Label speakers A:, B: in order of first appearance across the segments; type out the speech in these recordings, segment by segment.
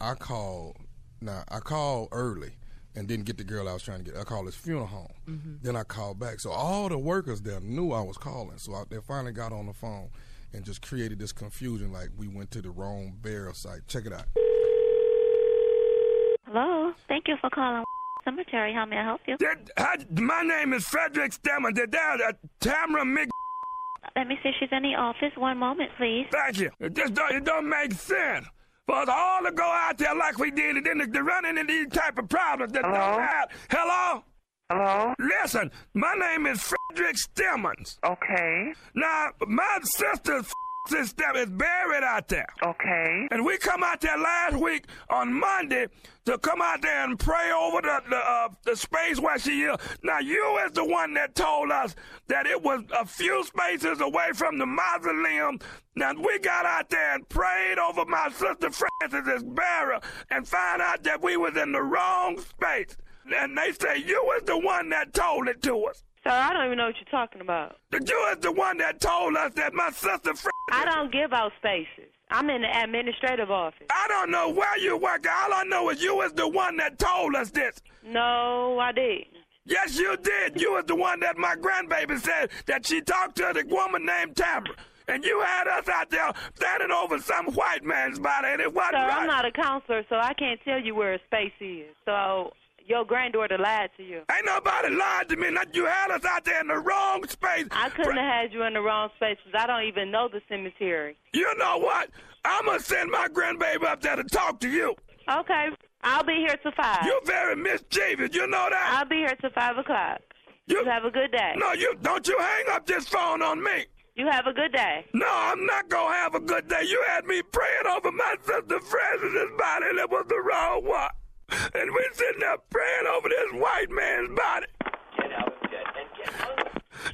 A: I called. Now I called early and didn't get the girl I was trying to get. I called his funeral home. Then I called back. So all the workers there knew I was calling. So I, they finally got on the phone and just created this confusion. Like we went to the wrong burial site. Check it out.
B: Hello. Thank you for calling Cemetery. How may I help you?
C: Did, how, my name is Frederick Stemmer. Did that uh, Tamara Mc?
B: Let me see if she's in the office. One moment, please.
C: Thank you. It just don't, it don't make sense for us all to go out there like we did, and then to, to run into these type of problems that
D: Hello?
C: don't have. Hello.
D: Hello?
C: Listen, my name is Frederick Stemmons.
D: Okay.
C: Now, my sister Stem is buried out there.
D: Okay.
C: And we come out there last week on Monday to come out there and pray over the the, uh, the space where she is. Now you is the one that told us that it was a few spaces away from the mausoleum. Now we got out there and prayed over my sister Francis's burial and found out that we was in the wrong space. And they say you was the one that told it to us.
E: Sir, I don't even know what you're talking about.
C: That You is the one that told us that my sister. Fran-
E: I don't give out spaces. I'm in the administrative office.
C: I don't know where you work. All I know is you was the one that told us this.
E: No, I didn't.
C: Yes, you did. You was the one that my grandbaby said that she talked to the woman named Tamara. And you had us out there standing over some white man's body, and it wasn't
E: Sir,
C: right.
E: I'm not a counselor, so I can't tell you where a space is. So your granddaughter lied to you.
C: Ain't nobody lied to me. Not you had us out there in the wrong space.
E: I couldn't have had you in the wrong space 'cause I don't even know the cemetery.
C: You know what? I'm going to send my grandbaby up there to talk to you.
E: Okay, I'll be here till 5.
C: You're very mischievous. You know that?
E: I'll be here till 5 o'clock.
C: You-
E: You have a good day.
C: No, you don't you hang up this phone on me.
E: You have a good day.
C: No, I'm not gonna have a good day. You had me praying over my sister Francis's body, and it was the wrong one. And we sitting there praying over this white man's body.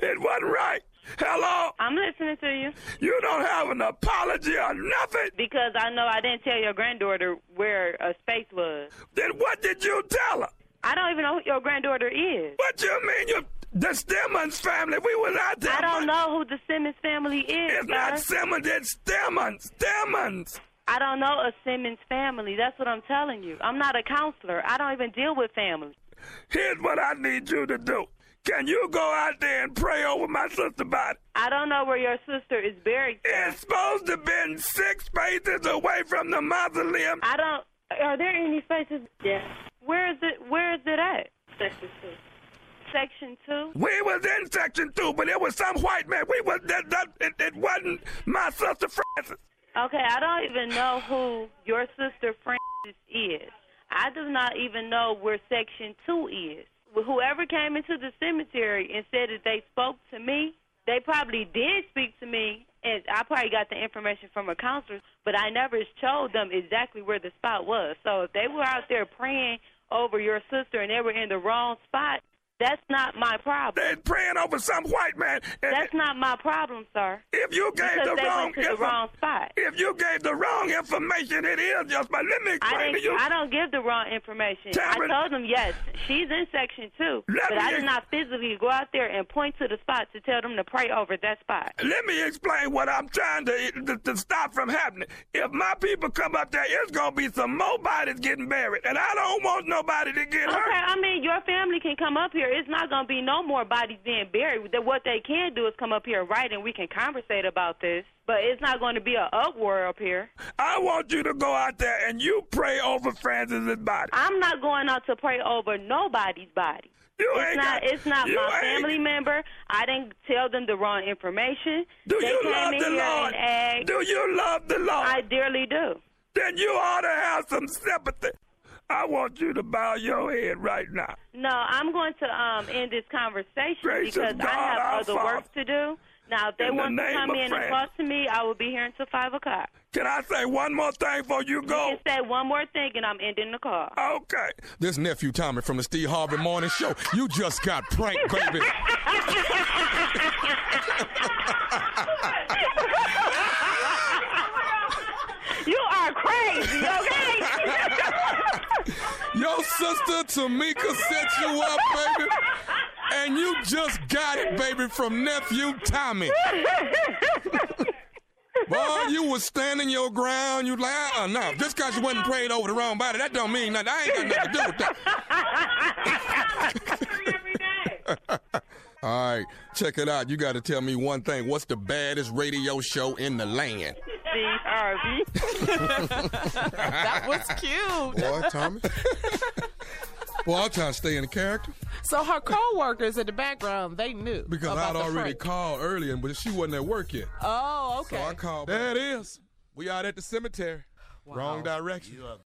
C: It wasn't right. Hello,
E: I'm listening to you
C: you don't have an apology or nothing.
E: because I know I didn't tell your granddaughter where a space was.
C: Then what did you tell her?
E: I don't even know who your granddaughter is.
C: What you mean? You, the Stemmons family. We was out there.
E: I don't
C: but
E: know who the Simmons family is.
C: It's
E: sir.
C: not Simmons. It's Stemmons. Stemmons.
E: I don't know a Simmons family. That's what I'm telling you. I'm not a counselor. I don't even deal with families.
C: Here's what I need you to do. Can you go out there and pray over my sister's body?
E: I don't know where your sister is buried. sir.
C: It's supposed to been six spaces away from the mausoleum.
E: I don't. Are there any spaces?
F: Yes.
E: Where is it? Where is it at?
F: Section two.
E: Section two.
C: We was in section two, but it was some white man. We was that, that it, it wasn't my sister Francis.
E: Okay, I don't even know who your sister Francis is. I do not even know where Section 2 is. Whoever came into the cemetery and said that they spoke to me, they probably did speak to me, and I probably got the information from a counselor, but I never told them exactly where the spot was. So if they were out there praying over your sister and they were in the wrong spot, that's not my problem.
C: They praying over some white man. And
E: That's not my problem, sir.
C: if you gave
E: Because
C: the
E: they
C: wrong,
E: went to the
C: info-
E: wrong spot.
C: if you gave the wrong information, it is just. But let me
E: I
C: explain to
E: didn't.
C: you.
E: I don't give the wrong information.
C: Tamara-
E: I told them yes, she's in section two,
C: Let
E: but I
C: me-
E: did not physically go out there and point to the spot to tell them to pray over that spot.
C: Let me explain what I'm trying to, to, to stop from happening. If my people come up there, it's gonna be some more bodies getting buried, and I don't want nobody to get
E: Okay,
C: hurt.
E: I mean your family can come up here. It's not gonna be no more bodies being buried. That What they can do is come up here, right, and we can conversate about this. But it's not going to be an uproar up here.
C: I want you to go out there and you pray over Francis's body.
E: I'm not going out to pray over nobody's body.
C: You
E: It's
C: ain't
E: not.
C: got-
E: It's not
C: you
E: my
C: ain't-
E: family member. I didn't tell them the wrong information.
C: Do
E: they
C: you
E: came
C: love
E: in
C: the
E: here
C: Lord?
E: and asked.
C: Do you love the Lord?
E: I dearly do.
C: Then you ought to have some sympathy. I want you to bow your head right now.
E: No, I'm going to um, end this conversation
C: Gracious
E: because
C: God,
E: I have
C: our
E: other
C: Father.
E: work to do. Now, if they
C: In the
E: want to
C: name
E: come
C: of
E: in
C: Christ.
E: and talk to me, I will be here until 5 o'clock.
C: Can I say one more thing before you go?
E: Just say one more thing, and I'm ending the call.
C: Okay.
G: This nephew Tommy from the Steve Harvey Morning Show. You just got pranked, baby.
E: You are crazy, okay?
G: Your sister Tamika set you up, baby. And you just got it, baby, from nephew Tommy.
C: Boy, you was standing your ground. You like, uh, no, just because you wasn't prayed over the wrong body, that don't mean nothing. I ain't got nothing to do with that.
E: Every day.
C: All right, check it out. You got to tell me one thing. What's the baddest radio show in the land?
E: Steve Harvey.
F: That was cute.
H: Boy, Tommy. Boy, I'm trying to stay in character
F: So her co-workers in the background, they knew
H: because
F: about
H: I'd
F: the
H: already
F: prank.
H: called earlier, but she wasn't at work yet.
F: Oh, okay.
H: So I called. back.
C: There it is. We out at the cemetery. Wrong direction.